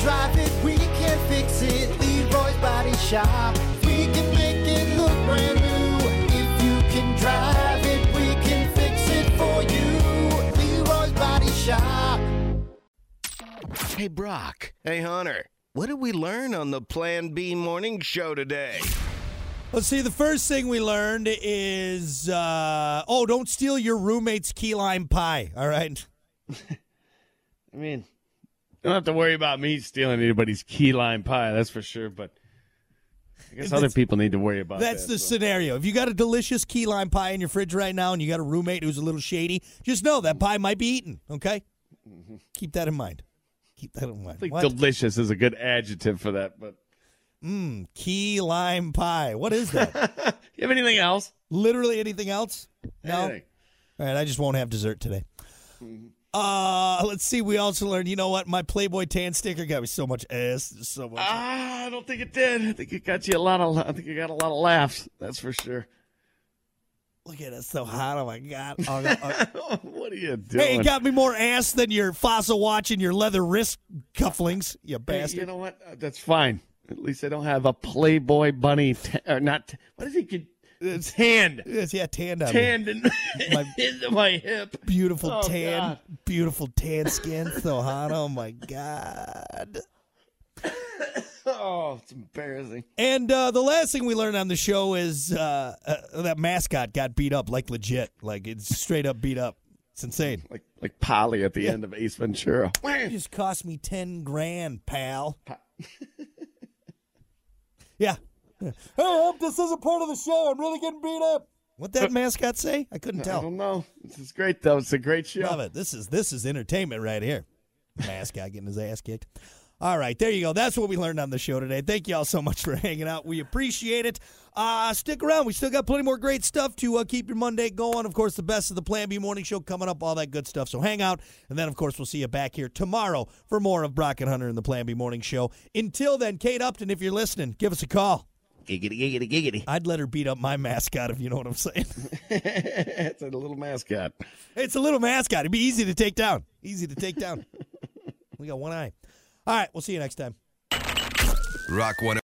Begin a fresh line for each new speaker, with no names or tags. drive it, we can fix it. Leroy's Body Shop. We can make it look brand new. If you can drive it, we can fix it for you. Leroy's Body Shop.
Hey, Brock. Hey, Hunter. What did we learn on the Plan B morning show today?
Let's see. The first thing we learned is uh, oh, don't steal your roommate's key lime pie. All right.
I mean, don't have to worry about me stealing anybody's key lime pie. That's for sure. But I guess other people need to worry about
That's
that,
the
so.
scenario. If you got a delicious key lime pie in your fridge right now and you got a roommate who's a little shady, just know that pie might be eaten, okay?
Mm-hmm.
Keep that in mind. Keep that in mind.
I think
What?
delicious is a good adjective for that. But
key lime pie. What is that?
you have anything else?
Literally anything else? No.
Anything.
All right, I just won't have dessert today.
Mm-hmm.
Uh, let's see. We also learned, you know what? My Playboy tan sticker got me so much ass, so much.
Ah, I don't think it did. I think it got you a lot of. I think you got a lot of laughs. That's for sure.
Look at it, so hot. Oh my god. Oh, God. Oh.
what are you doing?
hey, it got me more ass than your fossil watch and your leather wrist cufflinks. You
Hey,
bastard.
you know what? Uh, That's fine. At least I don't have a Playboy bunny. ta or not. ta- what is he? Could, it's hand.
Yes, yeah, tan on me.
Tanned in,
My-
into my hip.
Beautiful
Oh,
tan,
God.
beautiful tan skin, so hot. Oh my god!
Oh, it's embarrassing.
And uh, the last thing we learned on the show is uh, uh, that mascot got beat up, like legit, like it's straight up beat up. It's insane.
Like like Polly at the end of Ace Ventura.
It just cost me ten grand, pal. yeah. Hey, Hump, this isn't part of the show. I'm really getting beat up. What that mascot say? I couldn't
I
tell.
don't know. This is great though. It's a great show.
Love it. This is this is entertainment right here. Mascot getting his ass kicked. All right, there you go. That's what we learned on the show today. Thank you all so much for hanging out. We appreciate it. Uh, stick around. We still got plenty more great stuff to uh, keep your Monday going. Of course, the best of the Plan B Morning Show coming up, all that good stuff. So hang out. And then, of course, we'll see you back here tomorrow for more of Brock and Hunter and the Plan B Morning Show. Until then, Kate Upton, if you're listening, give us a call.
Giggity, giggity, giggity.
I'd let her beat up my mascot, if you know what I'm saying.
it's a little mascot.
It's a little mascot. It'd be easy to take down. Easy to take down. we got one eye. All right, we'll see you next time.
Rock 101.